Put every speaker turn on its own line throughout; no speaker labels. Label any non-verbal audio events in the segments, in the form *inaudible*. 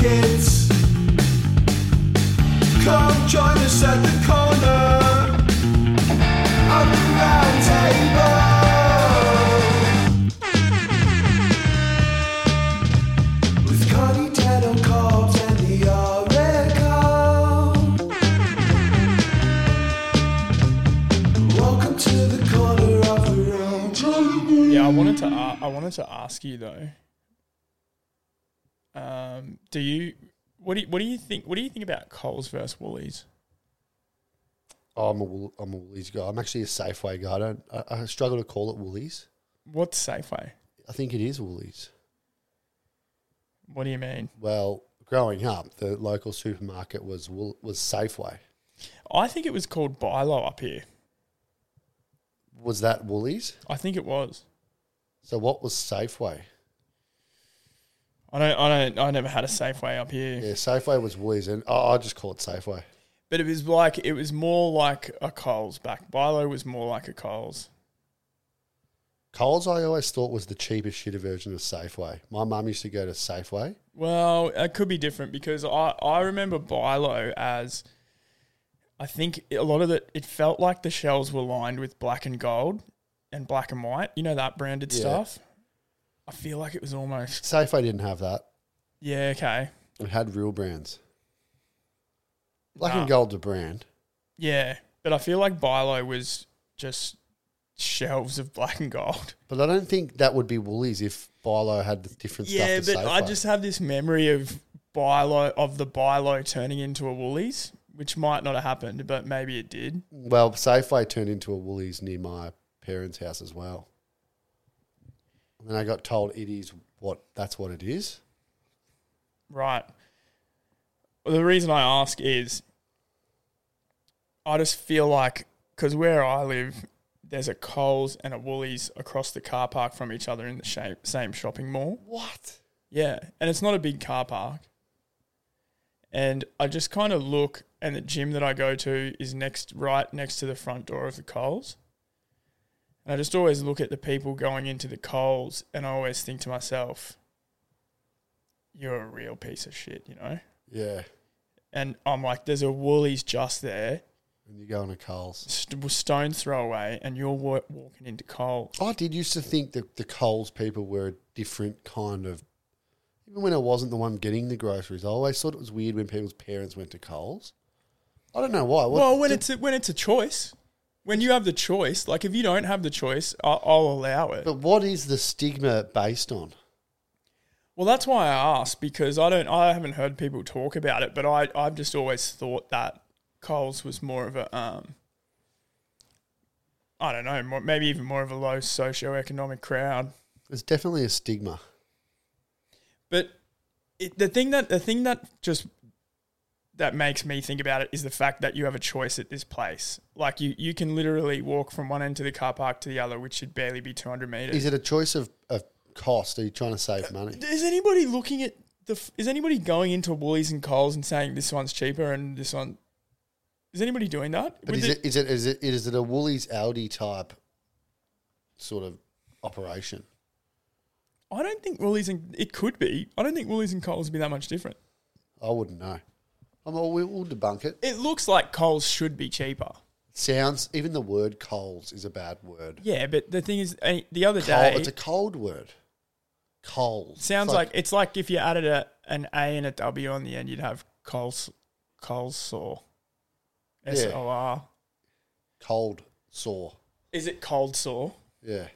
kids. Come join us at the corner of the round table. With Connie, Ted, and Cobbs, and the Oracle. Welcome to the corner of the round table.
Yeah, I wanted to. a I wanted to ask you though. Um, do you what do you, what do you think? What do you think about Coles versus Woolies?
Oh, I'm a, Wool- I'm a Woolies guy. I'm actually a Safeway guy. I don't. I, I struggle to call it Woolies.
What's Safeway?
I think it is Woolies.
What do you mean?
Well, growing up, the local supermarket was Wool- was Safeway.
I think it was called Bilo up here.
Was that Woolies?
I think it was.
So what was Safeway?
I don't. I don't. I never had a Safeway up here.
Yeah, Safeway was Woolies, and oh, I just call it Safeway.
But it was like it was more like a Coles back. Bilo was more like a Coles.
Coles, I always thought was the cheapest shitter version of Safeway. My mum used to go to Safeway.
Well, it could be different because I, I remember Bilo as I think a lot of it it felt like the shells were lined with black and gold and black and white. You know that branded
Yeah.
stuff. I feel like it was almost
Safeway didn't have that.
yeah okay
It had real brands. Black and
Nah.
Gold's a brand.
yeah, but I feel like Bilo was just shelves of black and gold.
But I don't think that would be Woolies if Bilo had the different
Yeah,
*laughs* stuff.
but
to
I
Safeway.
just have this memory of Bilo of the Bilo turning into a Woolies, which might not have happened, but maybe it did.
well, Safeway turned into a Woolies near my parents' house as well. And then I got told it is what that's what it is.
Right. Well, the reason I ask is I just feel like because where I live, there's a Coles and a Woolies across the car park from each other in the shape, same shopping mall.
What?
Yeah, and it's not a big car park. And I just kind of look, and the gym that I go to is next, right next to the front door of the Coles. And I just always look at the people going into the Coles, and I always think to myself, "You're a real piece of shit," you know.
Yeah.
And I'm like, "There's a Woolies just there,
And you go on a Coles.
st- stone throw away, and you're wa- walking into Coles."
I did used to think that the Coles people were a different kind of. Even when I wasn't the one getting the groceries, I always thought it was weird when people's parents went to Coles. I don't know why. What-
Well, when it's a, when it's a choice, when you have the choice, like if you don't have the choice, i I'll allow it.
but what is the stigma based on?
Well, that's why I asked because I don't, I haven't heard people talk about it, but I, I've just always thought that Coles was more of a, um, I don't know, more, maybe even more of a low socioeconomic crowd.
There's definitely a stigma.
But it, the thing that the thing that just that makes me think about it is the fact that you have a choice at this place. Like you, you can literally walk from one end to the car park to the other, which should barely be two hundred meters.
Is it a choice of, of cost? Are you trying to save money?
Is anybody looking at the? f- Is anybody going into Woolies and Coles and saying this one's cheaper and this one? Is anybody doing that?
But
With
is
the-
it, is it is it is it a Woolies Aldi type sort of operation?
I don't think Woolies and it could be. I don't think Woolies and Coles would be that much different.
I wouldn't know. I'm all, we- we'll debunk it.
It looks like Coles should be cheaper.
Sounds even the word Coles is a bad word.
Yeah, but the thing is, eh, the other
Col-
day
it's a cold word. Coles
sounds
It's
like, it's like if you added a an A and a W on the end, you'd have Coles Coles saw. S O R.
cold sore.
Is it cold sore?
Yeah,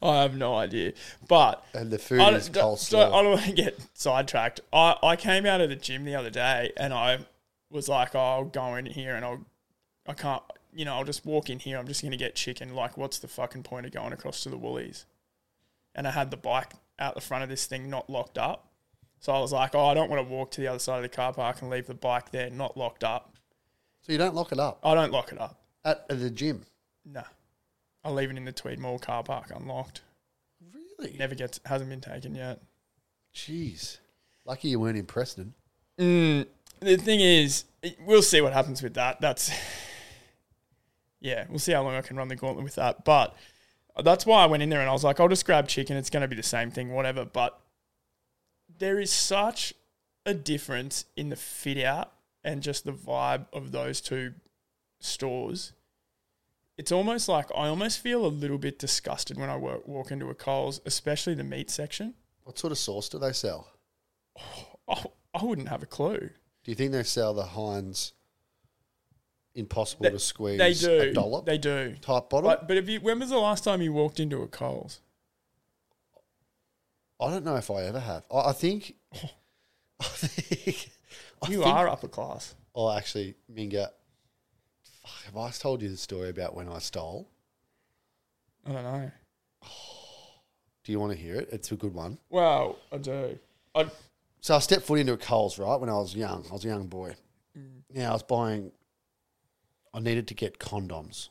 I have no idea, but
and the food
I
is
don't, don't,
cold sore.
don't- I don't want to get sidetracked. I, I came out of the gym the other day and I was like, oh, I'll go in here and I'll, I can't, you know, I'll just walk in here. I'm just going to get chicken. Like, what's the fucking point of going across to the Woolies? And I had the bike out the front of this thing not locked up. So I was like, oh, I don't want to walk to the other side of the car park and leave the bike there not locked up.
so you don't lock it up
I don't lock it up.
at, at the gym.
No. I leave it in the Tweed Mall car park unlocked.
Really?
Never gets, hasn't been taken yet.
Jeez, lucky you weren't in Preston.
Mm, the thing is, it- we'll see what happens with that. That's *sighs* yeah, we'll see how long I can run the gauntlet with that. But that's why I went in there and I was like, I'll just grab chicken. It's going to be the same thing, whatever. But there is such a difference in the fit out and just the vibe of those two stores. It's almost like I almost feel a little bit disgusted when I wa- walk into a Coles, especially the meat section.
What sort of sauce do they sell?
I, I wouldn't have a clue.
Do you think they sell the Heinz impossible
They-
to squeeze
They do.
a dollop
They do.
type bottle?
But, but if you, when was the last time you walked into a Coles?
I don't know if I ever have. I, I think. *laughs* I think. I
You
think-
are upper class.
Oh, actually, Minga. Fuck, have I told you the story about when I stole?
I don't know.
Do you want to hear it? It's a good one.
Well, I do. I,
So I stepped foot into a Coles, right, when I was young. I was a young boy. Now I was buying, I needed to get condoms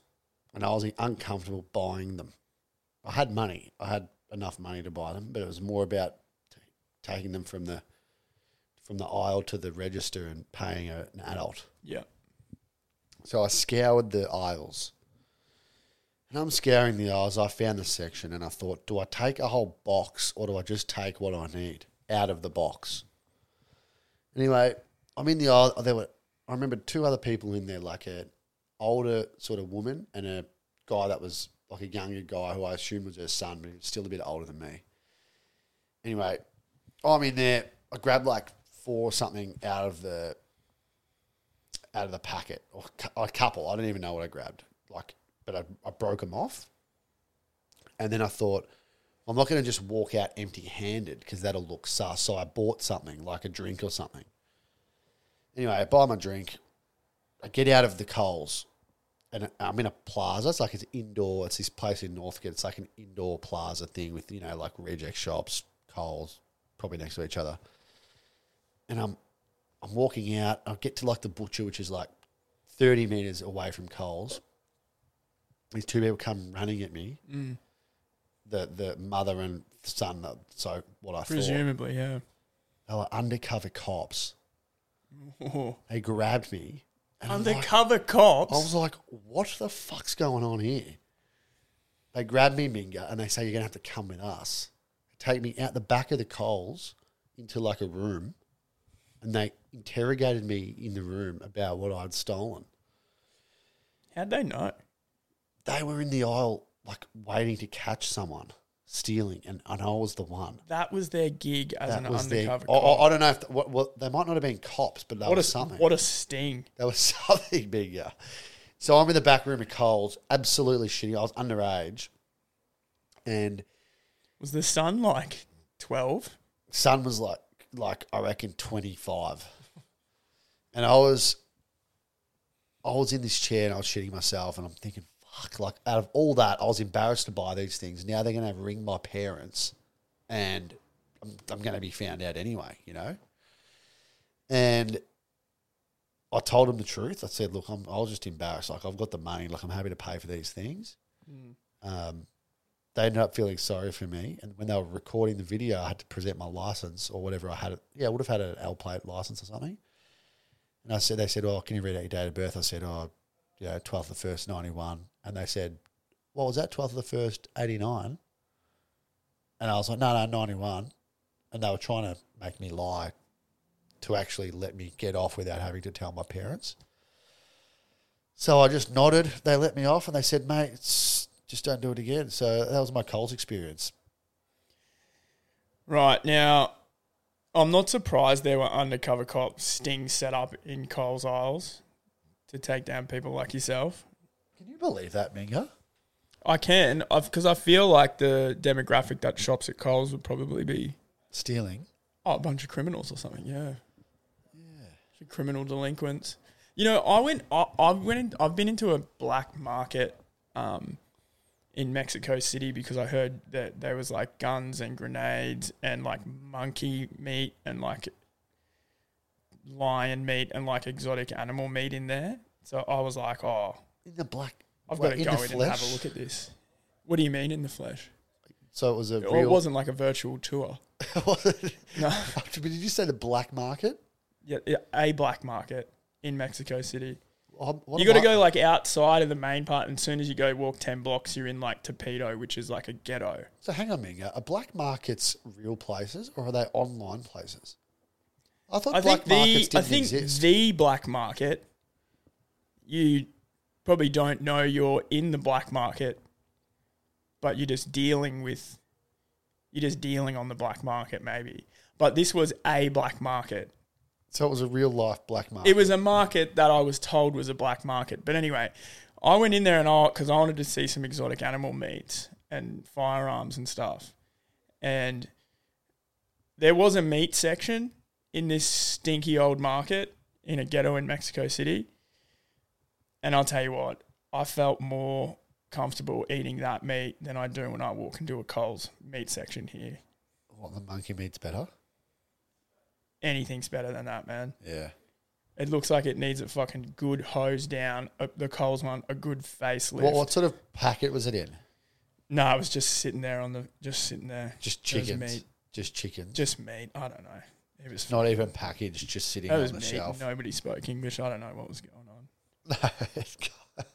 and I was uncomfortable buying them. I had money. I had enough money to buy them, but it was more about t- taking them from the from the aisle to the register and paying a, an adult.
yeah.
So I scoured the aisles. And I'm scouring the aisles. I found the section and I thought, do I take a whole box or do I just take what I need out of the box? Anyway, I'm in the aisle. There were, I remember two other people in there, like an older sort of woman and a guy that was like a younger guy who I assumed was her son, but he was still a bit older than me. Anyway, I'm in there. I grabbed like four something out of the out of the packet or cu- a couple. I don't even know what I grabbed. Like, but I, I broke them off. And then I thought, I'm not going to just walk out empty handed because that'll look sus. So I bought something like a drink or something. Anyway, I buy my drink. I get out of the Coles and I'm in a plaza. It's like it's indoor. It's this place in Northgate. It's like an indoor plaza thing with, you know, like reject shops, Coles, probably next to each other. And I'm I'm walking out. I get to like the butcher, which is like 30 meters away from Coles. These two people come running at me. The the mother and son. that- So what I thought
Presumably, yeah.
they were undercover cops.
Oh.
They grabbed me. And I'm
*laughs*
like-
Undercover cops.
I was like, what the fuck's going on here? They grab me, Minga, and they say, you're going to have to come with us. They take me out the back of the coals into like a room, and they interrogated me in the room about what I'd stolen.
How'd they know?
They were in the aisle, like waiting to catch someone stealing, and, and I was the one.
That was their gig as
That
an
was the.
undercover
I,
cop.
I, I don't know if what, what they might not have been cops, but that
what a
was something.
what a sting.
That was *laughs* something bigger. So I'm in the back room of Coles, absolutely shitty. I was underage, and
Was the son like twelve?
son was like, like I reckon 25, and I was, I was in this chair and I was shitting myself, and I'm thinking, fuck, like out of all that, I was embarrassed to buy these things. Now they're gonna ring my parents, and I'm, I'm gonna be found out anyway, you know. And I told him the truth. I said, look, I'm, I was just embarrassed. Like, I've got the money. Like, I'm happy to pay for these things. Um, they ended up feeling sorry for me. And when they were recording the video, I had to present my license or whatever I had. Yeah, I would have had an L plate license or something. And I said, they said, oh, can you read out your date of birth? I said, oh, you know, 12th of the 1st, 91. And they said, well, was that 12th of the 1st, 89? And I was like, no, no, 91. And they were trying to make me lie to actually let me get off without having to tell my parents. So I just nodded. They let me off and they said, mate, it's, just don't do it again. So that was my Coles experience.
Right now, I'm not surprised there were undercover cops stings set up in Coles Isles to take down people like yourself.
Can you believe that, Minga?
I can, because I feel like the demographic that shops at Coles would probably be
Stealing.
Oh, a bunch of criminals or something. Yeah. Yeah. Criminal delinquents. You know, I went. I, I went. In, I've been into a black market, um, in Mexico City because I heard that there was like guns and grenades and like monkey meat and like lion meat and like exotic animal meat in there. So I was like, oh,
In the black.
I've
Well,
got to
in
go
the
in and have a
flesh?
look at this. What do you mean in the flesh?
So it was a
Or it
real. *laughs*
wasn't like a virtual tour.
wasn't-
*laughs* No.
But Did you say the black market?
yeah, yeah, a black market in Mexico City.
Um, what
You
am
got to
I-
go like outside of the main part, and as soon as you go walk ten blocks, you're in like Torpedo, which is like a ghetto.
So hang on, Minga. Are black markets real places or are they online places? I thought
I
black
think
markets
the I
didn't
think
exist.
the black market. You probably don't know you're in the black market, but you're just dealing with, you're just dealing on the black market maybe. But this was a black market.
so it was a real life black market.
It was a market that I was told was a black market. But anyway, I went in there and I because I wanted to see some exotic animal meats and firearms and stuff. And there was a meat section in this stinky old market in a ghetto in Mexico City. And I'll tell you what, I felt more comfortable eating that meat than I do when I walk into a Coles meat section here.
what the monkey meat's better.
Anything's better than that, man.
Yeah.
It looks like it needs a fucking good hose down. A, the Coles one, a good facelift.
What, what sort of packet was it in?
No, it was just sitting there on the, just sitting there,
Just
It was
chickens.
meat.
Just chickens.
just meat. I don't know. It was
Not even packaged, just sitting
that
on
was
the
meat.
shelf.
Nobody spoke English. I don't know what was going on,
*laughs* I'm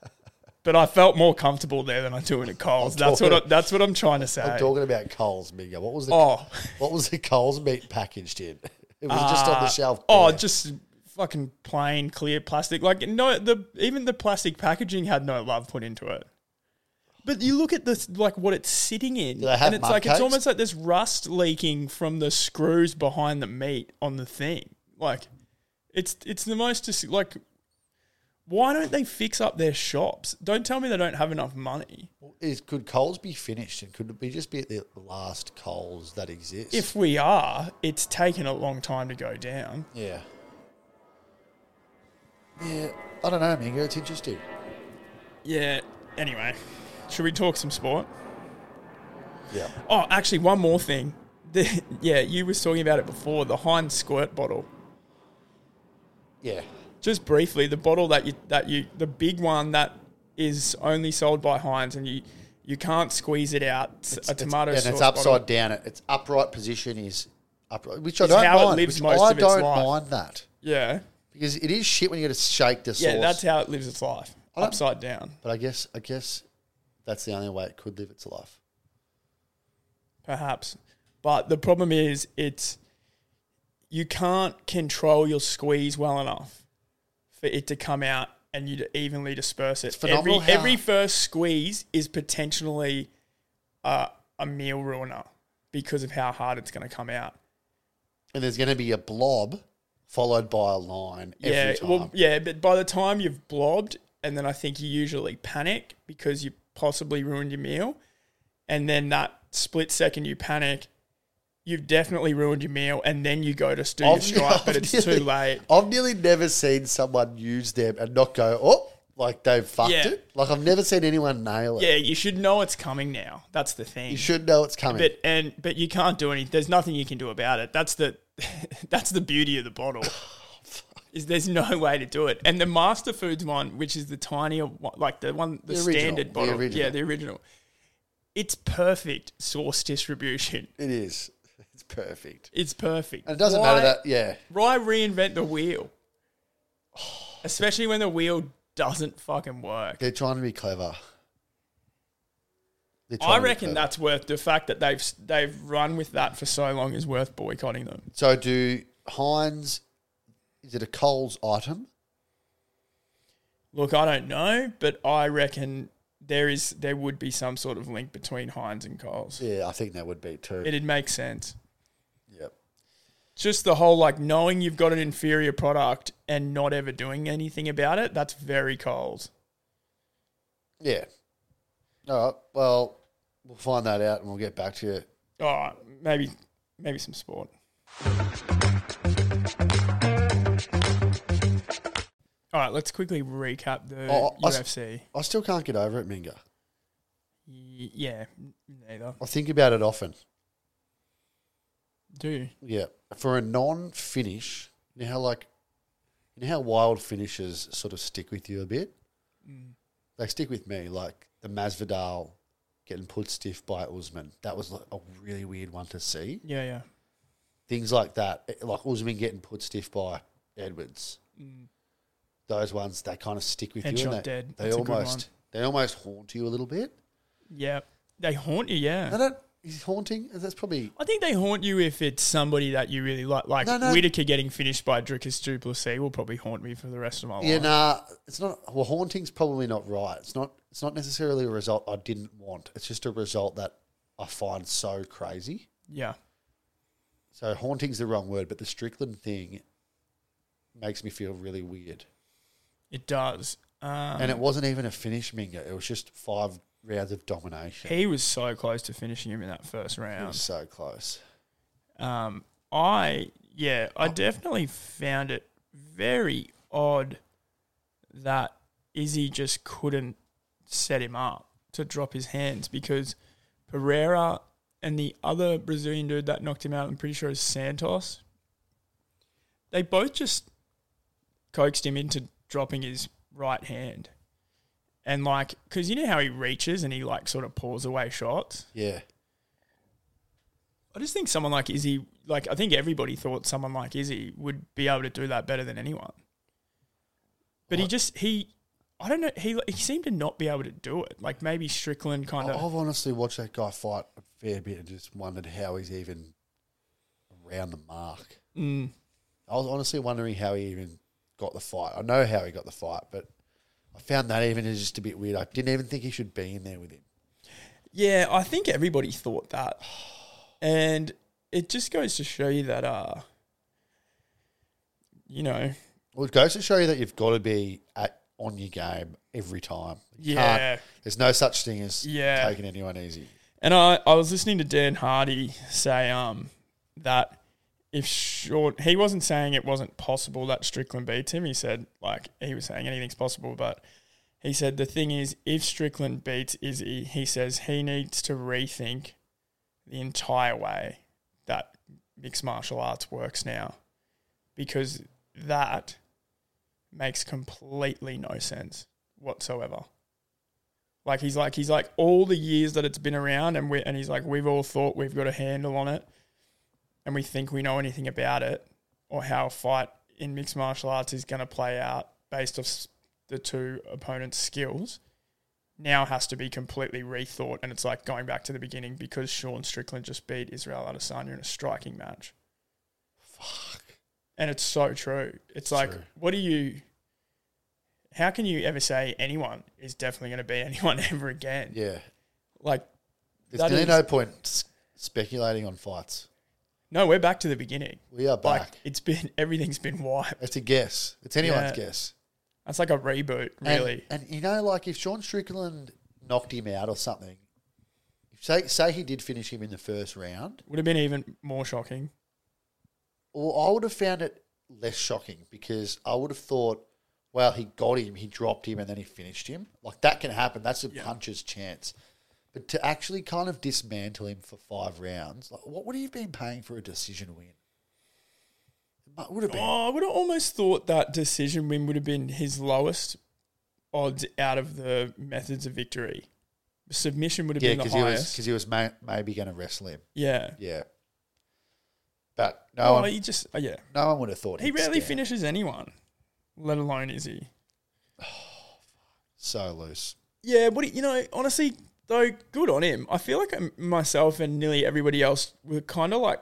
but I felt more comfortable there than I do in a
*laughs*
Coles. That's what I,
talking-
that's what I'm trying to say.
talking about Coles, Minga. What was the
Oh,
what was the Coles meat packaged in? *laughs* It was just on the
uh,
shelf.
Oh,
there.
just fucking plain clear plastic. Like no, the even the plastic packaging had no love put into it. But you look at this, like what it's sitting in,
they have
and it's
mud
like
cakes?
it's almost like there's rust leaking from the screws behind the meat on the thing. Like, it's it's the most dis- like. Why don't they fix up their shops? Don't tell me they don't have enough money.
is could Coles be finished and could it be just be at the last Coles that exists?
If we are, it's taken a long time to go down.
Yeah. Yeah, I don't know, Mingo. It's interesting.
Yeah. Anyway, should we talk some sport?
Yeah.
Oh, actually, one more thing. *laughs* The, yeah, you was talking about it before. The Heinz squirt bottle.
Yeah.
Just briefly, the bottle that you that you the big one that is only sold by Heinz, and you you can't squeeze it out. It's a tomato
and
sauce
it's upside
bottle.
down. It- Its upright position is upright, which I
It's
don't
how it
mind.
lives
which
most
I
of its
don't
life.
mind that
Yeah,
because it is shit when you got to shake the sauce.
yeah, that's how it lives its life.
don't-
Upside down,
but I guess I guess that's the only way it could live its life.
perhaps. But the problem is, it's you can't control your squeeze well enough for it to come out and you to evenly disperse it. Every
phenomenal how-
every first squeeze is potentially uh, a meal ruiner because of how hard it's going to come out.
And there's going to be a blob followed by a line every
yeah,
time.
well, yeah, but by the time you've blobbed, and then I think you usually panic because you possibly ruined your meal, and then that split second you panic. You've definitely ruined your meal, and then you go to do your strike, but it's
nearly- *laughs*
too late.
I've nearly never seen someone use them and not go, oh, like they've fucked
Yeah.
it. Like I've never seen anyone nail it.
Yeah, you should know it's coming now. That's the thing.
You should know it's coming.
But and but you can't do any. There's nothing you can do about it. That's the *laughs* that's the beauty of the
*laughs*
bottle. Is there's no way to do it. And the Master Foods one, which is the tinier, one, like the one the,
The original,
standard
the
bottle, yeah,
original.
the original. It's perfect source distribution.
it is. *laughs* It's perfect.
It's perfect.
And it doesn't
Why-
matter that, yeah.
Why reinvent the wheel? Especially when the wheel doesn't fucking work.
They're trying to be clever. They're trying
I
to be
reckon
clever.
that's worth the fact that they've they've run with that for so long is worth boycotting them.
So do Heinz, is it a Coles item?
Look, I don't know, but I reckon there is there would be some sort of link between Heinz and Coles.
Yeah, I think that would be too.
It'd make sense.
Yep.
Just the whole like knowing you've got an inferior product and not ever doing anything about it, that's very Coles.
Yeah. All right. Well, we'll find that out and we'll get back to you.
All right, Oh, maybe maybe some sport. All right, let's quickly recap the
Oh, I- I s-
UFC.
I still can't get over it, Minga.
Y- yeah, n- neither.
I think about it often.
Do you?
Yeah. For a non finish, you know how like you know how wild finishes sort of stick with you a bit? They stick with me, like the Masvidal getting put stiff by Usman. That was like a really weird one to see.
Yeah, yeah.
Things like that. eh, Like Usman getting put stiff by Edwards. those ones they kind of stick with you.
Headshot
And they,
Mm. Dead.
They
That's a good
almost they almost haunt you a little bit.
Yeah. They haunt you,
I
yeah.
don't. Is haunting? That's probably
I think they haunt you if it's somebody that you really like. Like
No, no.
Whitaker getting finished by Drickus Duplessis will probably haunt me for the rest of my
yeah.
life.
Nah, it's not. Well, haunting's probably not right. It's not. It's not necessarily a result I didn't want. It's just a result that I find so crazy.
Yeah.
So haunting's the wrong word, but the Strickland thing makes me feel really weird.
It does. Um,
And it wasn't even a finish, Minga. It was just five rounds of domination.
he was so close to finishing him in that first
It
round.
was so close.
Um, I yeah, I definitely found it very odd that Izzy just couldn't set him up to drop his hands because Pereira and the other Brazilian dude that knocked him out, I'm pretty sure is Santos. They both just coaxed him into dropping his right hand. And like, cause you know how he reaches and he like sort of pulls away shots.
Yeah.
I just think someone like Izzy, like I think everybody thought someone like Izzy would be able to do that better than anyone. But he just he, I don't know. He he seemed to not be able to do it. Like maybe Strickland kind
I-
of.
I've honestly watched that guy fight a fair bit and just wondered how he's even around the mark.
Mm,
I was honestly wondering how he even got the fight. I know how he got the fight, but I found that even is just a bit weird. I didn't even think he should be in there with him.
yeah, I think everybody thought that, and it just goes to show you that uh, you know,
Well, it goes to show you that you've got to be at, on your game every time. You can't-
Yeah.
there's no such thing as
Yeah.
taking anyone easy.
And I, I was listening to Dan Hardy say um that if short he wasn't saying it wasn't possible that Strickland beats him. He said like he was saying anything's possible, but he said the thing is if Strickland beats Izzy, he says he needs to rethink the entire way that mixed martial arts works now because that makes completely no sense whatsoever. Like he's like he's like all the years that it's been around, and we and he's like we've all thought we've got a handle on it, and we think we know anything about it or how a fight in mixed martial arts is going to play out based off s- the two opponents' skills. Now has to be completely rethought, and it's like going back to the beginning because Sean Strickland just beat Israel Adesanya in a striking match,
Fuck.
and it's so true. It's like,
True.
what do you? How can you ever say anyone is definitely going to be *laughs* anyone ever again?
Yeah.
Like
There's
That
really
is-
no point s- speculating on fights.
No, we're back to the beginning.
We are
Like
back.
it's been *laughs* everything's been wiped.
it's a guess. It's anyone's
Yeah.
guess.
That's like a reboot,
And-
really.
And, you know, like if Sean Strickland knocked him out or something, if say say he did finish him in the first round,
Would have been even more shocking.
or I would have found it less shocking because I would have thought, well, he got him, he dropped him, and then he finished him. Like that can happen. That's a puncher's chance. But to actually kind of dismantle him for five rounds, like what would he have been paying for a decision win? It would have been
Oh, I would have almost thought that decision win would have been his lowest odds out of the methods of victory. Submission would have
Yeah,
been the
because he was
highest.
because he was may, maybe going to wrestle him.
yeah.
Yeah, but no
Oh,
one,
he just oh, yeah.
no one would have thought
He
he'd
rarely
stand.
finishes anyone, let alone is he.
so loose.
Yeah, what do- you know, honestly, though, good on him. I feel like i myself and nearly everybody else were kind of like,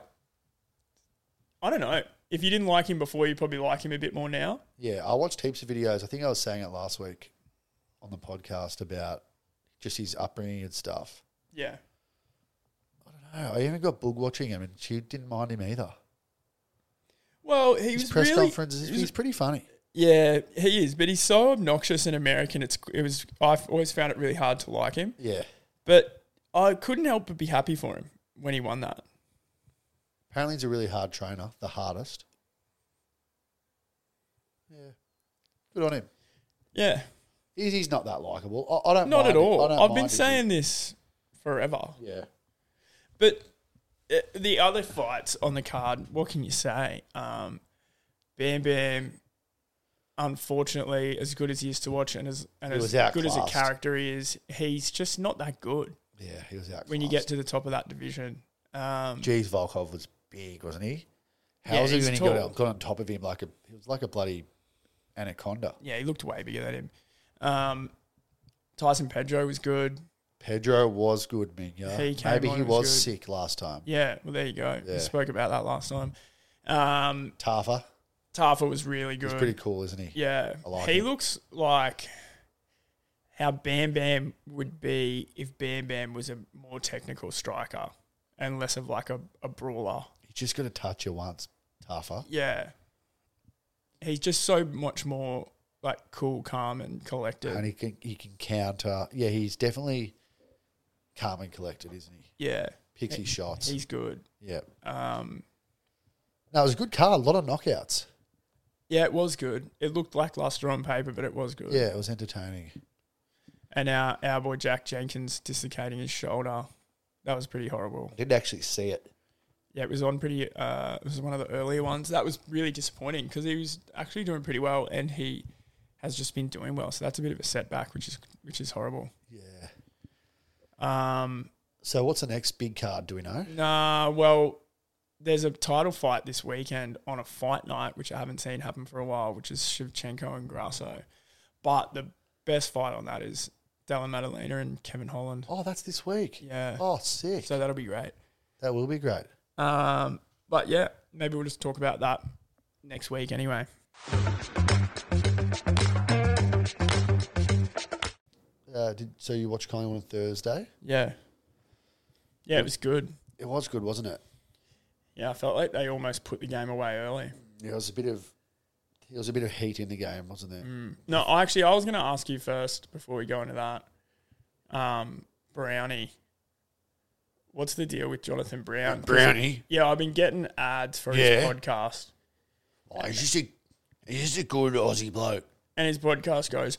I don't know. If you didn't like him before, you probably like him a bit more now.
Yeah, I watched heaps of videos. I think I was saying it last week on the podcast about just his upbringing and stuff.
Yeah,
I, don't know, I even got Boog watching him, and she didn't mind him either.
well, he
His
was
press
really.
conferences,
he was-
he's pretty funny.
yeah, he is, but he's so obnoxious and American. It's it was I've always found it really hard to like him,
Yeah,
but I couldn't help but be happy for him when he won that.
apparently he's a really hard trainer, the hardest. Yeah, good on him.
Yeah,
He's, he's not that likable. I, I don't
not
mind
at
him.
all.
I don't
I've been
mind him.
saying this forever.
yeah.
But uh, the other fights on the card, what can you say? Um, Bam Bam, unfortunately, as good as he is to watch and as and
He
as
was
good as a
outclassed.
character he is, he's just not that good
Yeah, he was out.
when you get to the top of that division. Um,
Jeez, Volkov was big, wasn't he? How
Yeah,
was he
he's
when he got,
tall.
on- got on top of him like a? He was like a bloody Anaconda.
Yeah, he looked way bigger than him. Um, Tyson Pedro was good.
Pedro was good, Minga.
He came
Maybe
on
he
and was
was
good.
sick last time.
Yeah, well, there you go.
Yeah.
We spoke about that last time. Um,
Tafa,
Tafa was really good.
he's pretty cool, isn't he?
Yeah.
I like
he
it.
looks like how Bam Bam would be if Bam Bam was a more technical striker and less of like a, a brawler.
He just got to touch you once, Tafa.
Yeah. He's just so much more like cool, calm, and collected.
And he can he can counter. Yeah, he's definitely calm and collected, isn't he?
yeah.
Picks his shots.
He's good.
yeah.
Um,
No, it was a good card. A lot of knockouts.
yeah, it was good. It looked lackluster on paper, but it was good.
Yeah, it was entertaining.
And our, our boy Jack Jenkins dislocating his shoulder. That was pretty horrible.
I didn't actually see it.
Yeah, it was on pretty. Uh, it was one of the earlier ones. That was really disappointing because he was actually doing pretty well, and he has just been doing well. So that's a bit of a setback, which is which is horrible.
Yeah.
Um,
So what's the next big card? Do we know?
nah, well, there's a title fight this weekend on a fight night, which I haven't seen happen for a while, which is Shevchenko and Grasso. But the best fight on that is Della Maddalena and Kevin Holland.
Oh, that's this week.
Yeah,
Oh, sick.
so that'll be great.
that will be great.
Um, but yeah, maybe we'll just talk about that next week anyway.
Uh, did, so you watched Collingwood on Thursday?
Yeah. Yeah, it was good.
It was good, wasn't it?
Yeah, I felt like they almost put the game away early.
There was a bit of there was a bit of heat in the game, wasn't there?
No, I actually, I was going to ask you first before we go into that. Um, Brownie. What's the deal with Jonathan Brown? 'Cause-
Brownie.
Yeah, I've been getting ads for
Yeah.
his podcast,
Oh, he's just a he's just a good Aussie bloke.
and his podcast goes,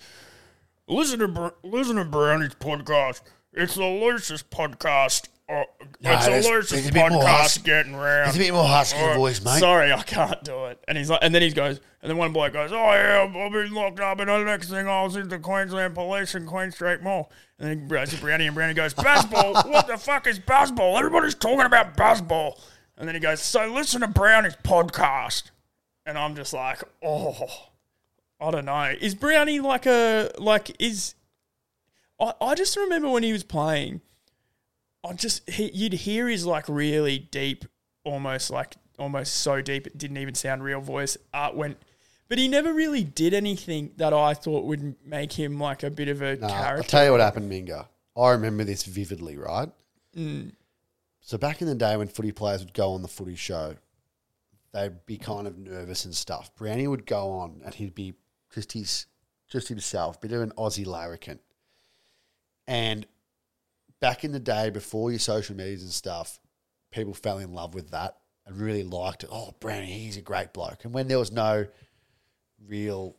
"Listen to Br- listen to Brownie's podcast. It's the loosest podcast. Uh, it's
there's-
the loosest
there's a bit more hus-
podcast getting round."
He's a bit more husky
All right,
voice, mate.
Sorry, I can't do it. And he's like, and then he goes, and then one bloke goes, oh yeah, I've been locked up, and the next thing I was in the Queensland Police and Queen Street Mall. And then Brownie Brownie and Brownie goes, baseball. what the fuck is baseball? Everybody's talking about baseball. And then he goes, so listen to Brownie's podcast. And I'm just like, oh, I don't know. Is Brownie like a like is? I I just remember when he was playing. I just he, you'd hear his like really deep, almost like almost so deep it didn't even sound real voice. Art went, but he never really did anything that I thought would make him like a bit of a
Nah, I'll
character.
tell you what happened, Minga. I remember this vividly, right? So back in the day when footy players would go on the footy show, they'd be kind of nervous and stuff. Brownie would go on and he'd be just his just himself, bit of an Aussie larrikin. And back in the day before your social medias and stuff, people fell in love with that and really liked it. Oh, Brownie, he's a great bloke. And when there was no real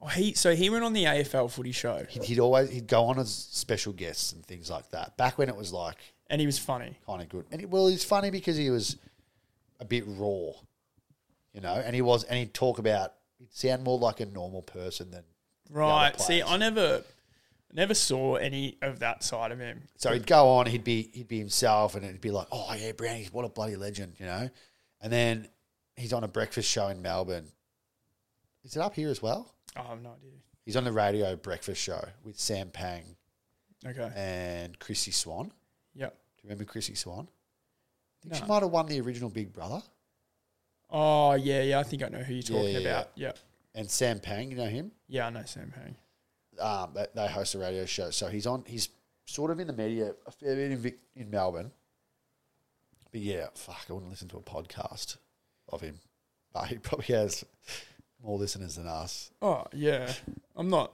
Oh, he so he went on the AFL footy show
he'd, he'd always he'd go on as special guests and things like that. Back when it was like
and he was funny.
kind of good, and it, well, he's funny because he was a bit raw, you know, and he was and he'd talk about he'd sound more like a normal person than
Right. See,
players.
I never never saw any of that side of him.
so he'd go on, he'd be he'd be himself, and it'd be like, oh yeah, Brownie, what a bloody legend, you know, and then he's on a breakfast show in Melbourne. Is it up here as well?
I have no idea.
He's on the radio breakfast show with Sam Pang
Okay.
and Chrissy Swan. Do
Yep.
you remember Chrissy Swan? I think
No.
She might have won the original Big Brother.
Oh yeah, yeah. I think I know who you're
Yeah,
talking
yeah, yeah.
about. Yep.
and Sam Pang, you know him.
Yeah, I know Sam Pang.
Um, they, they host a radio show, so he's on. He's sort of in the media a fair bit in, Vic- in Melbourne. But yeah, fuck, I wouldn't listen to a podcast of him. But he probably has more listeners than us.
Oh yeah, I'm not.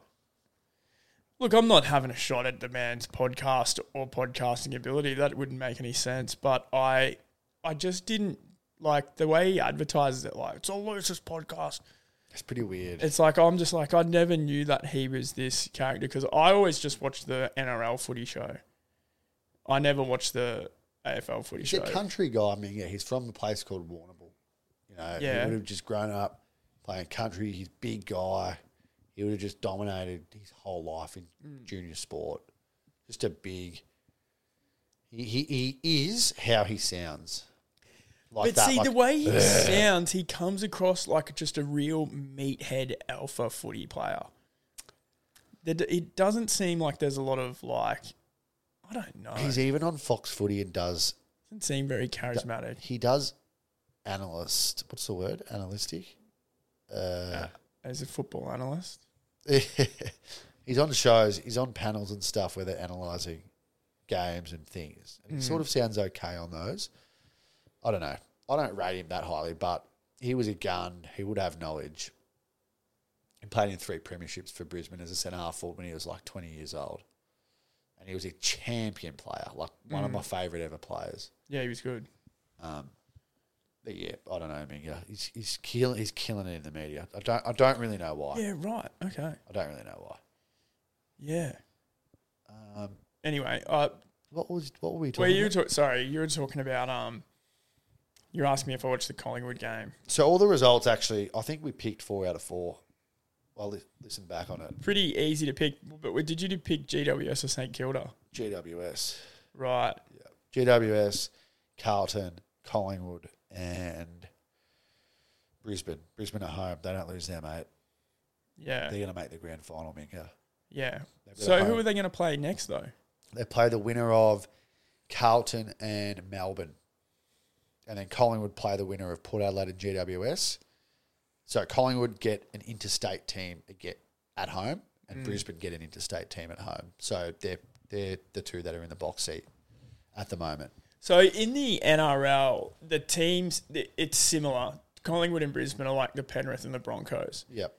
Look, I'm not having a shot at the man's podcast or podcasting ability. That wouldn't make any sense. But I, I just didn't like the way he advertises it. Like it's a loosest podcast.
It's pretty weird.
It's like I'm just like I never knew that he was this character because I always just watched the NRL footy show. I never watched the AFL footy
he's
show.
a country guy. I mean, yeah, he's from a place called Warrnambool. You know,
Yeah.
he would have just grown up playing country. He's a big guy. He would have just dominated his whole life in
Mm.
junior sport. Just a big. He, he, he is how he sounds. Like
But
that.
see,
like,
the way he sounds, he comes across like just a real meathead alpha footy player. There d- It doesn't seem like there's a lot of like, I don't know.
he's even on Fox Footy and does
doesn't seem very charismatic.
he does analyst. What's the word? Analytic. Uh,
as a football analyst.
*laughs* he's on shows. He's on panels and stuff where they're analysing games and things. And he
Mm.
sort of sounds okay on those. I don't know. I don't rate him that highly, but he was a gun. He would have knowledge. He played in three premierships for Brisbane as a centre half forward when he was like 20 years old. And he was a champion player, like one
Mm.
of my favourite ever players.
Yeah, he was good.
Um, but yeah, I don't know. I mean, yeah, he's he's killing he's killing it in the media. I don't I don't really know why.
Yeah, right. Okay.
I don't really know
Yeah.
why. Um,
Anyway, uh,
What was what were we talking?
were you ta-
about?
sorry? You were talking about um. You asked me if I watched the Collingwood game.
so all the results actually, I think we picked four out of four. Well, li- listen back on it.
Pretty easy to pick, but did you pick GWS or St Kilda?
GWS,
Right.
GWS, Carlton, Collingwood, and Brisbane. Brisbane at home. They don't lose their mate.
Yeah.
They're going to make the grand final, Minka.
Yeah.
They've got
So
a
who
home.
are they going to play next though?
They play the winner of Carlton and Melbourne, and then Collingwood play the winner of Port Adelaide and GWS. So Collingwood get an interstate team get at home, and Brisbane get an interstate team at home. So they're they're the two that are in the box seat at the moment.
So in the NRL, the teams th- it's similar. Collingwood and Brisbane are like the Penrith and the Broncos.
Yep.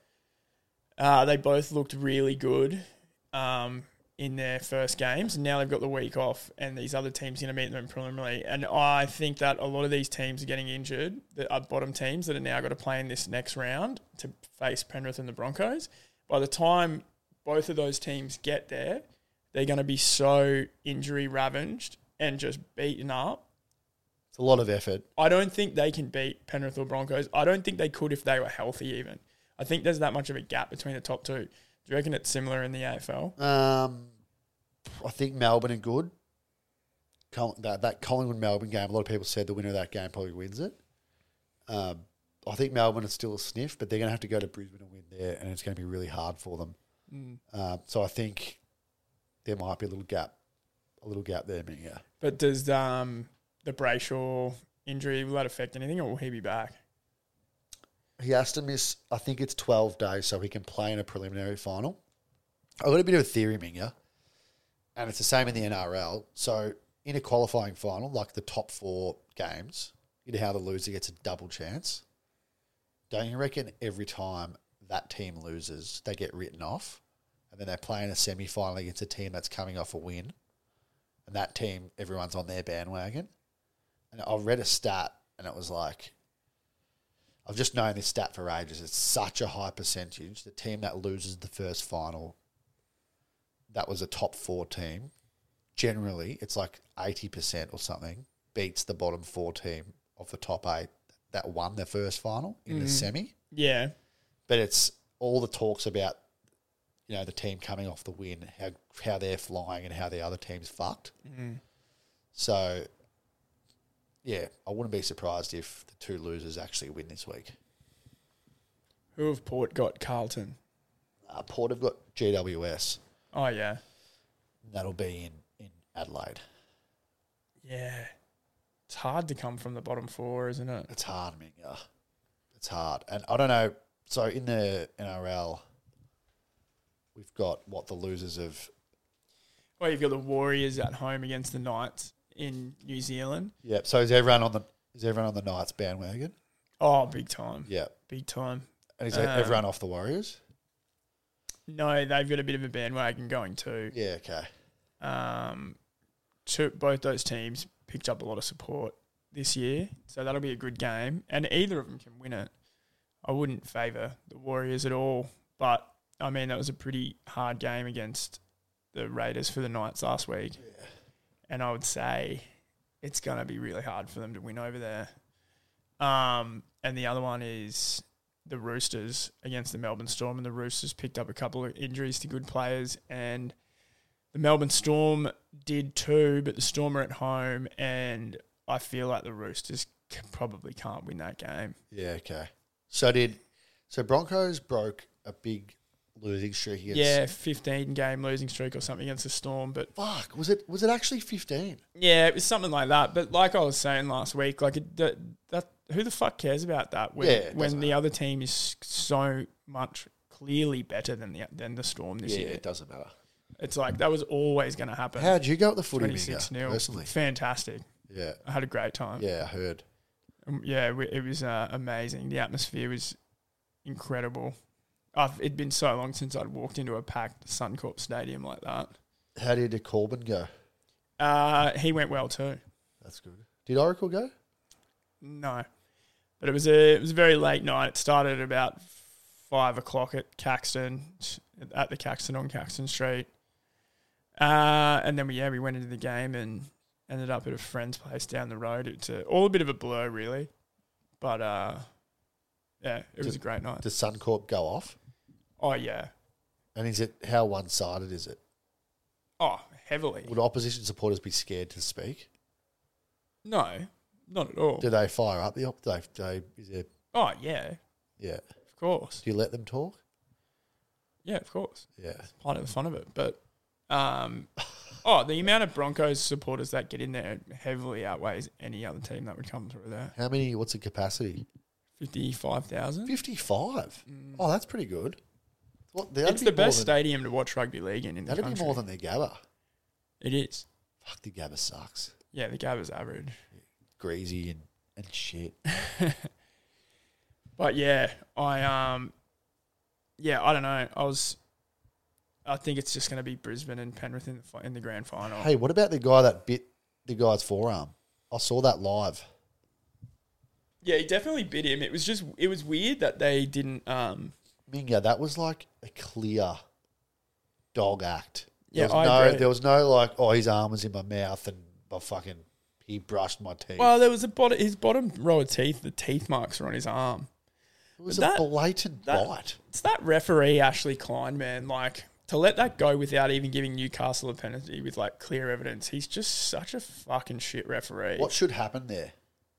Uh, they both looked really good um, in their first games. Now they've got the week off, and these other teams going to meet them preliminarily. And I think that a lot of these teams are getting injured. The uh, bottom teams that are now got to play in this next round to face Penrith and the Broncos. By the time both of those teams get there, they're going to be so injury ravaged and just beaten up
It's a lot of effort.
I don't think they can beat Penrith or Broncos. I don't think they could if they were healthy. Even I think there's that much of a gap between the top two. Do you reckon it's similar in the AFL?
Um, I think Melbourne are good. Col- that that Collingwood Melbourne game, a lot of people said the winner of that game probably wins it. Um, I think Melbourne is still a sniff, but they're going to have to go to Brisbane and win there, and it's going to be really hard for them. Um, so I think there might be a little gap, a little gap there. But yeah,
But does um, the Brayshaw injury will that affect anything, or will he be back?
he has to miss. I think it's twelve days, so he can play in a preliminary final. I've got a bit of a theory, Minya, and it's the same in the NRL. So in a qualifying final, like the top four games, you know how the loser gets a double chance. Don't you reckon every time that team loses, they get written off, and then they play in a semi final against a team that's coming off a win, and that team everyone's on their bandwagon. And I read a stat, and it was like I've just known this stat for ages. It's such a high percentage. The team that loses the first final, that was a top four team, generally, it's like 80% or something, beats the bottom four team of the top eight that won their first final in the semi.
Yeah,
But it's all the talks about, you know, the team coming off the win, how, how they're flying and how the other team's fucked. So, yeah, I wouldn't be surprised if the two losers actually win this week.
who have Port got? Carlton.
Uh, Port have got GWS.
Oh yeah,
and That'll be in, in Adelaide.
yeah. It's hard to come from the bottom four, isn't it?
It's hard, Minga. It's hard. And I don't know. So in the NRL, we've got what the losers of.
Well, Oh, you've got the Warriors at home against the Knights in New Zealand.
Yep. So is everyone on the is everyone on the Knights bandwagon?
Oh, big time,
Yep.
big time.
And is e-,
Um,
everyone off the Warriors?
No, they've got a bit of a bandwagon going too.
Yeah. Okay.
Um, two, both those teams picked up a lot of support this year, so that'll be a good game, and either of them can win it. I wouldn't favour the Warriors at all, but I mean that was a pretty hard game against the Raiders for the Knights last week, and I would say it's going to be really hard for them to win over there. Um, and the other one is the Roosters against the Melbourne Storm, and the Roosters picked up a couple of injuries to good players, and the Melbourne Storm did too, but the Storm are at home, and I feel like the Roosters c- probably can't win that game.
Yeah, okay. So did so Broncos broke a big losing streak against
Yeah, 15 game losing streak or something against the Storm, but
Fuck, was it was it actually fifteen?
yeah, it was something like that. But like I was saying last week, like it, that, that who the fuck cares about that when
Yeah, it
when
doesn't
the other team is so much clearly better than the than the Storm this year.
doesn't matter.
It's like that was always going to happen.
How'd you go at the footy bigger,
26 0.
personally?
Fantastic.
Yeah.
I had a great time.
Yeah, I heard.
Um, yeah, we, it was uh, amazing. The atmosphere was incredible. I've, it'd been so long since I'd walked into a packed Suncorp Stadium like that.
How did a Corbin go?
Uh, he went well too.
That's good. Did Oracle go?
No, but it was a it was a very late night. It started at about five o'clock at Caxton at the Caxton on Caxton Street, uh, and then we yeah we went into the game and ended up at a friend's place down the road. It's a, all a bit of a blur really, but uh, yeah, it was a great night.
Did Suncorp go off?
Oh yeah,
And is it how one sided is it?
oh heavily.
Would opposition supporters be scared to speak?
No, not at all.
Do they fire up the op? Do they, they, is it,
Oh yeah,
yeah.
of course.
Do you let them talk?
Yeah, of course.
Yeah.
part of the fun of it. But um, oh, the amount of Broncos supporters that get in there heavily outweighs any other team that would come through there.
How many? What's the capacity?
Fifty-five thousand.
Fifty-five. Oh, that's pretty good. What, that'd
Mm. It's
be
the
more
best
than-
stadium to watch rugby league in. in the
That'd
country.
be more than the Gabba.
it is.
Fuck, the Gabba sucks.
Yeah, the Gabba's average,
Greasy and, and shit.
but yeah, I um, yeah, I don't know. I was, I think it's just going to be Brisbane and Penrith in the fi- in the grand final.
Hey, what about the guy that bit the guy's forearm? I saw that live.
Yeah, he definitely bit him. It was just it was weird that they didn't um.
Minga, that was like a clear dog act.
Yeah,
there was
I
no,
agree.
there was no like, oh, his arm was in my mouth and my fucking he brushed my teeth.
Well, there was a bottom his bottom row of teeth. The teeth marks were on his arm.
it was
that-
a blatant
that-
bite.
it's that referee Ashley Klein, man. Like to let that go without even giving Newcastle a penalty with like clear evidence. He's just such a fucking shit referee.
What should happen there?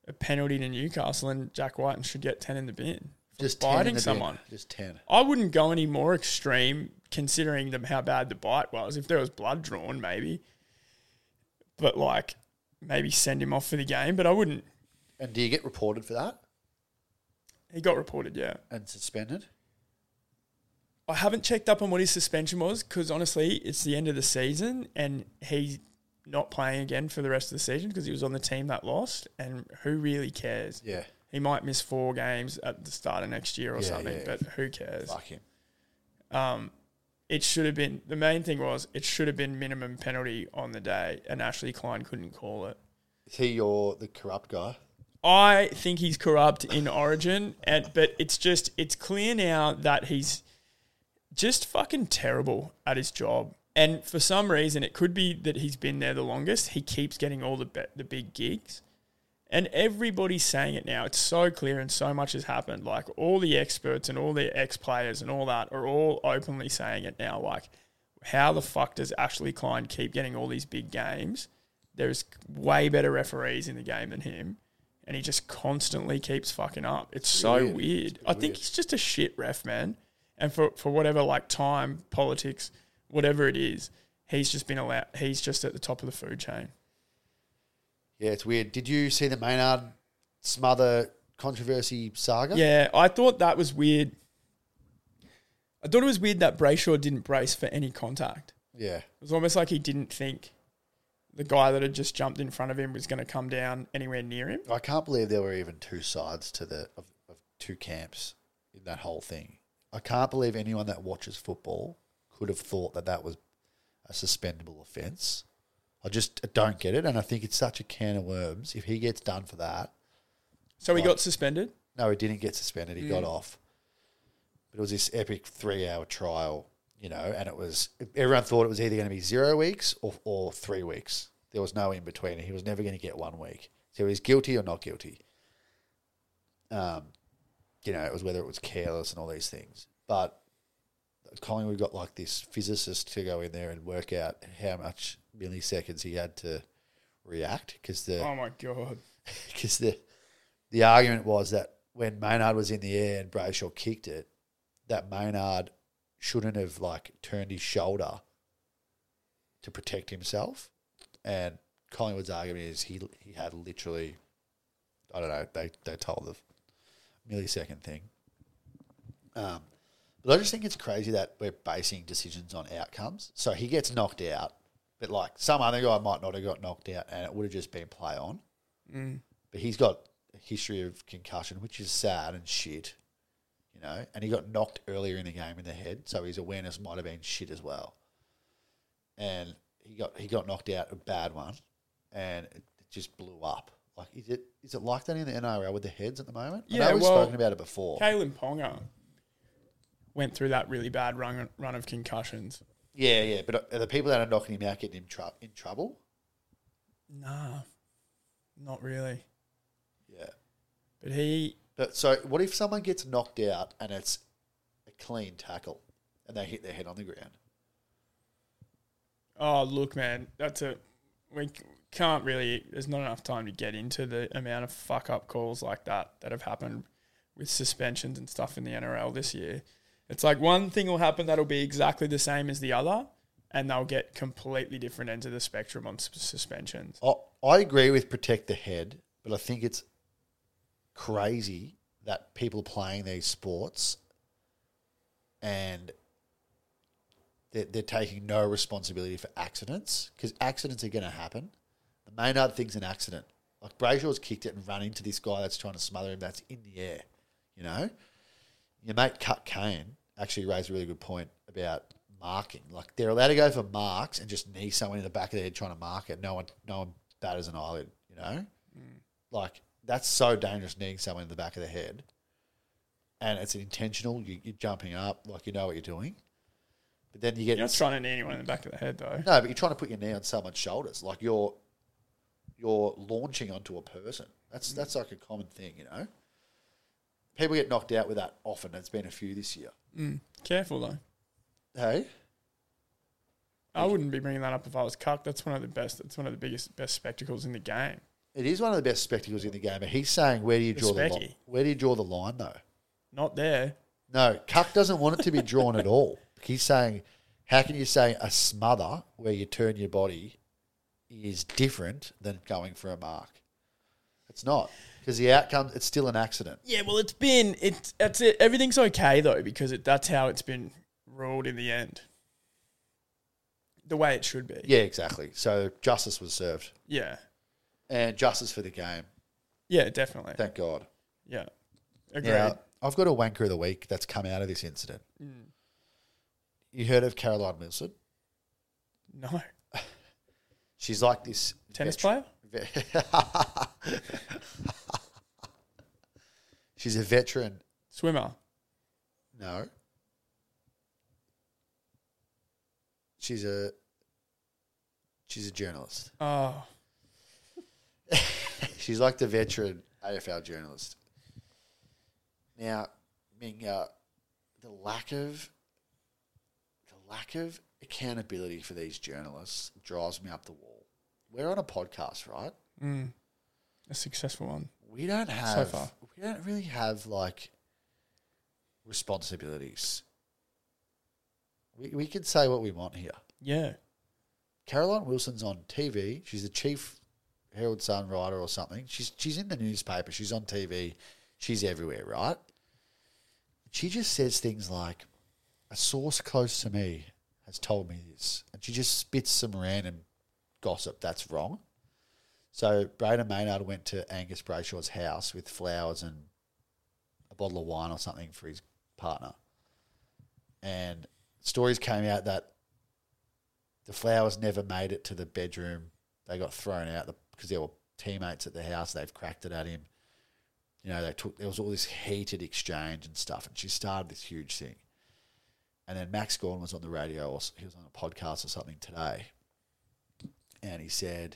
A penalty to Newcastle and Jack Whiten should get ten in the bin. for
Just ten in
biting
the bin.
someone.
Just ten.
I wouldn't go any more extreme considering them how bad the bite was. If there was blood drawn, maybe. But like maybe send him off for the game, but I wouldn't
And do you get reported for that
he got reported, yeah.
and suspended?
I haven't checked up on what his suspension was because honestly, it's the end of the season and he's not playing again for the rest of the season because he was on the team that lost. And who really cares?
Yeah,
He might miss four games at the start of next year or
Yeah,
something,
yeah.
but who cares?
fuck him.
Um, it should have been the main thing was it should have been minimum penalty on the day, and Ashley Klein couldn't call it.
Is he your the corrupt guy?
I think he's corrupt in origin, and but it's just it's clear now that he's just fucking terrible at his job. And for some reason, it could be that he's been there the longest. He keeps getting all the be- the big gigs, and everybody's saying it now. It's so clear, and so much has happened. Like all the experts and all the ex players and all that are all openly saying it now. Like, how the fuck does Ashley Klein keep getting all these big games? There's way better referees in the game than him, and he just constantly keeps fucking up. It's so
Weird.
weird. I think he's just a shit ref, man. And for, for whatever like time, politics, whatever it is, he's just been allowed. He's just at the top of the food chain.
Yeah, it's weird. Did you see the Maynard smother controversy saga?
Yeah, I thought that was weird. I thought it was weird that Brayshaw didn't brace for any contact.
yeah.
It was almost like he didn't think the guy that had just jumped in front of him was going to come down anywhere near him.
I can't believe there were even two sides to the of, of two camps in that whole thing. I can't believe anyone that watches football could have thought that that was a suspendable offence. I just don't get it, and I think it's such a can of worms. If he gets done for that,
So he
Right.
got suspended.
no, he didn't get suspended. He got off. But it was this epic three-hour trial, you know, and it was everyone thought it was either going to be zero weeks or, or three weeks. There was no in between. He was never going to get one week. So he was guilty or not guilty. Um, you know, it was whether it was careless and all these things. But Collingwood got like this physicist to go in there and work out how much milliseconds he had to react because the
Oh my god!
because the the argument was that when Maynard was in the air and Brayshaw kicked it, that Maynard shouldn't have like turned his shoulder to protect himself. And Collingwood's argument is he he had literally, I don't know, they they told the millisecond thing. Um, but I just think it's crazy that we're basing decisions on outcomes. So he gets knocked out, but like some other guy might not have got knocked out, and it would have just been play on.
Mm.
But he's got a history of concussion, which is sad and shit, you know. And he got knocked earlier in the game in the head, so his awareness might have been shit as well. And he got he got knocked out a bad one, and it it just blew up. Like is it is it like that in the NRL with the heads at the moment? I know
Yeah,
we've
well,
spoken about it before.
Kalen Ponga went through that really bad run run of concussions.
Yeah, yeah, but are the people that are knocking him out getting him tru- in trouble?
Nah, not really.
Yeah.
But he,
But so, what if someone gets knocked out and it's a clean tackle and they hit their head on the ground?
oh look, man, that's a we c- can't really. There's not enough time to get into the amount of fuck up calls like that that have happened with suspensions and stuff in the NRL this year. It's like one thing will happen that'll be exactly the same as the other, and they'll get completely different ends of the spectrum on s- suspensions.
I, I agree with protect the head, but I think it's crazy that people playing these sports and they're, they're taking no responsibility for accidents because accidents are going to happen. The Maynard thing's an accident. Like Brayshaw's kicked it and run into this guy that's trying to smother him. That's in the air, you know. Your mate Cut Kane actually raised a really good point about marking. Like they're allowed to go for marks and just knee someone in the back of the head trying to mark it. No one, no one batters an eyelid, you know. Like that's so dangerous, kneeing someone in the back of the head. And it's intentional. You, you're jumping up, like you know what you're doing. But then you get
You're not trying to knee anyone in the back of the head though.
no, but you're trying to put your knee on someone's shoulders. Like you're you're launching onto a person. That's that's like a common thing, you know. People get knocked out with that often. There's been a few this year.
Careful though.
Hey,
I wouldn't be bringing that up if I was cucked. That's one of the best. That's one of the biggest, best spectacles in the game.
it is one of the best spectacles in the game. But he's saying, where do you
The
draw the line?
specky.
Where do you draw the line, though?
Not there.
No, Cuck doesn't want it to be drawn at all. He's saying, how can you say a smother where you turn your body is different than going for a mark? It's not because the outcome. It's still an accident.
Yeah, well, it's been it's that's it. Everything's okay though because it, that's how it's been ruled in the end. The way it should be.
Yeah, exactly. So justice was served,
Yeah.
and justice for the game.
Yeah. Definitely.
Thank God.
Yeah. Agreed.
Yeah, I've got a wanker of the week that's come out of this incident. You heard of Caroline Wilson?
No.
She's like this
Tennis
veteran-
player.
ve- *laughs* She's a veteran.
Swimmer.
No. She's a. She's a journalist.
Oh.
She's like the veteran AFL journalist. Now, Minga, the lack of the lack of accountability for these journalists drives me up the wall. We're on a podcast, right?
Mm. A successful one.
We don't have
far.
we don't really have like responsibilities. We we can say what we want here.
Yeah.
Caroline Wilson's on TV. She's the chief Herald Sun writer or something. She's she's in the newspaper. She's on TV. She's everywhere, right? She just says things like, "A source close to me has told me this," and she just spits some random gossip that's wrong. So Braden Maynard went to Angus Brayshaw's house with flowers and a bottle of wine or something for his partner, and stories came out that the flowers never made it to the bedroom. They got thrown out because there were teammates at the house. They've cracked it at him. You know, they took there was all this heated exchange and stuff, and she started this huge thing. And then Max Gorn was on the radio, or s- he was on a podcast or something today, and he said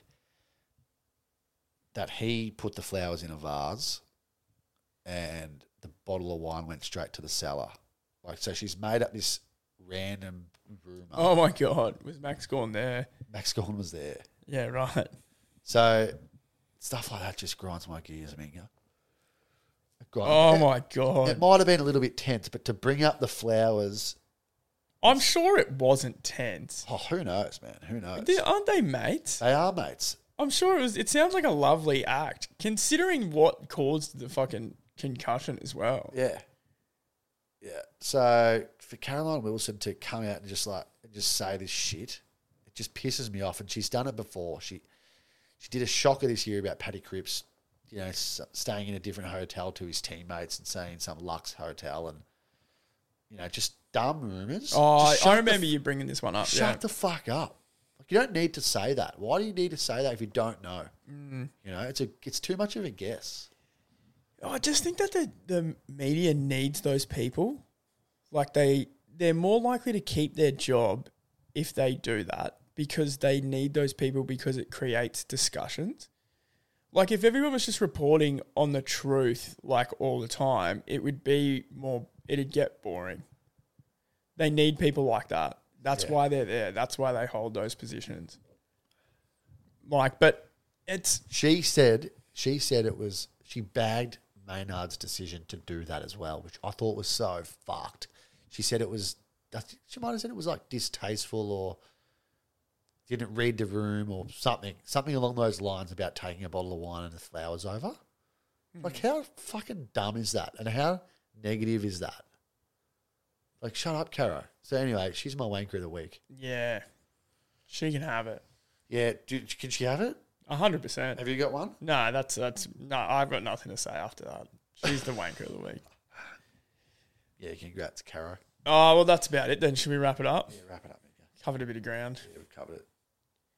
that he put the flowers in a vase, and the bottle of wine went straight to the cellar. Like so, she's made up this random rumor.
Oh my God. Was Max gone there?
Max Gorn was there.
Yeah. Right.
So stuff like that just grinds my gears, Minga. gone.
*laughs* Oh
it,
my
it
god!
might have been a little bit tense, but to bring up the flowers,
I'm sure it wasn't tense.
oh, who knows, man? Who knows?
They- aren't they mates?
They are mates.
I'm sure it was. It sounds like a lovely act, considering what caused the fucking concussion as well.
Yeah. Yeah. So for Caroline Wilson to come out and just like and just say this shit, it just pisses me off. And she's done it before. She she did a shocker this year about Paddy Cripps, you know, s- staying in a different hotel to his teammates and staying in some luxe hotel and you know just dumb rumors.
Oh,
Just
I
shut the
remember you bringing this one up.
Shut
yeah.
the fuck up. Like you don't need to say that. Why do you need to say that if you don't know?
Mm.
You know, it's a it's too much of a guess.
I just think that the, the media needs those people. Like they they're more likely to keep their job if they do that because they need those people because it creates discussions. Like if everyone was just reporting on the truth like all the time, it would be more it'd get boring. They need people like that. That's why they're there. That's why they hold those positions. Like, but it's
She said she said it was she bagged Maynard's decision to do that as well, which I thought was so fucked. She said it was I think she might have said it was like distasteful or didn't read the room or something something along those lines about taking a bottle of wine and the flowers over. Like how fucking dumb is that? And how negative is that? Like shut up, Caro. So anyway, she's my wanker of the week.
yeah. She can have it.
Yeah, do, can she have it?
A hundred percent.
Have you got one?
No, that's that's no. I've got nothing to say after that. She's the wanker of the week. *laughs*
Yeah, congrats, Caro.
Oh well, that's about it. Then should we wrap it up?
Yeah, wrap it up. Mika.
Covered a bit of ground.
Yeah, we've covered it.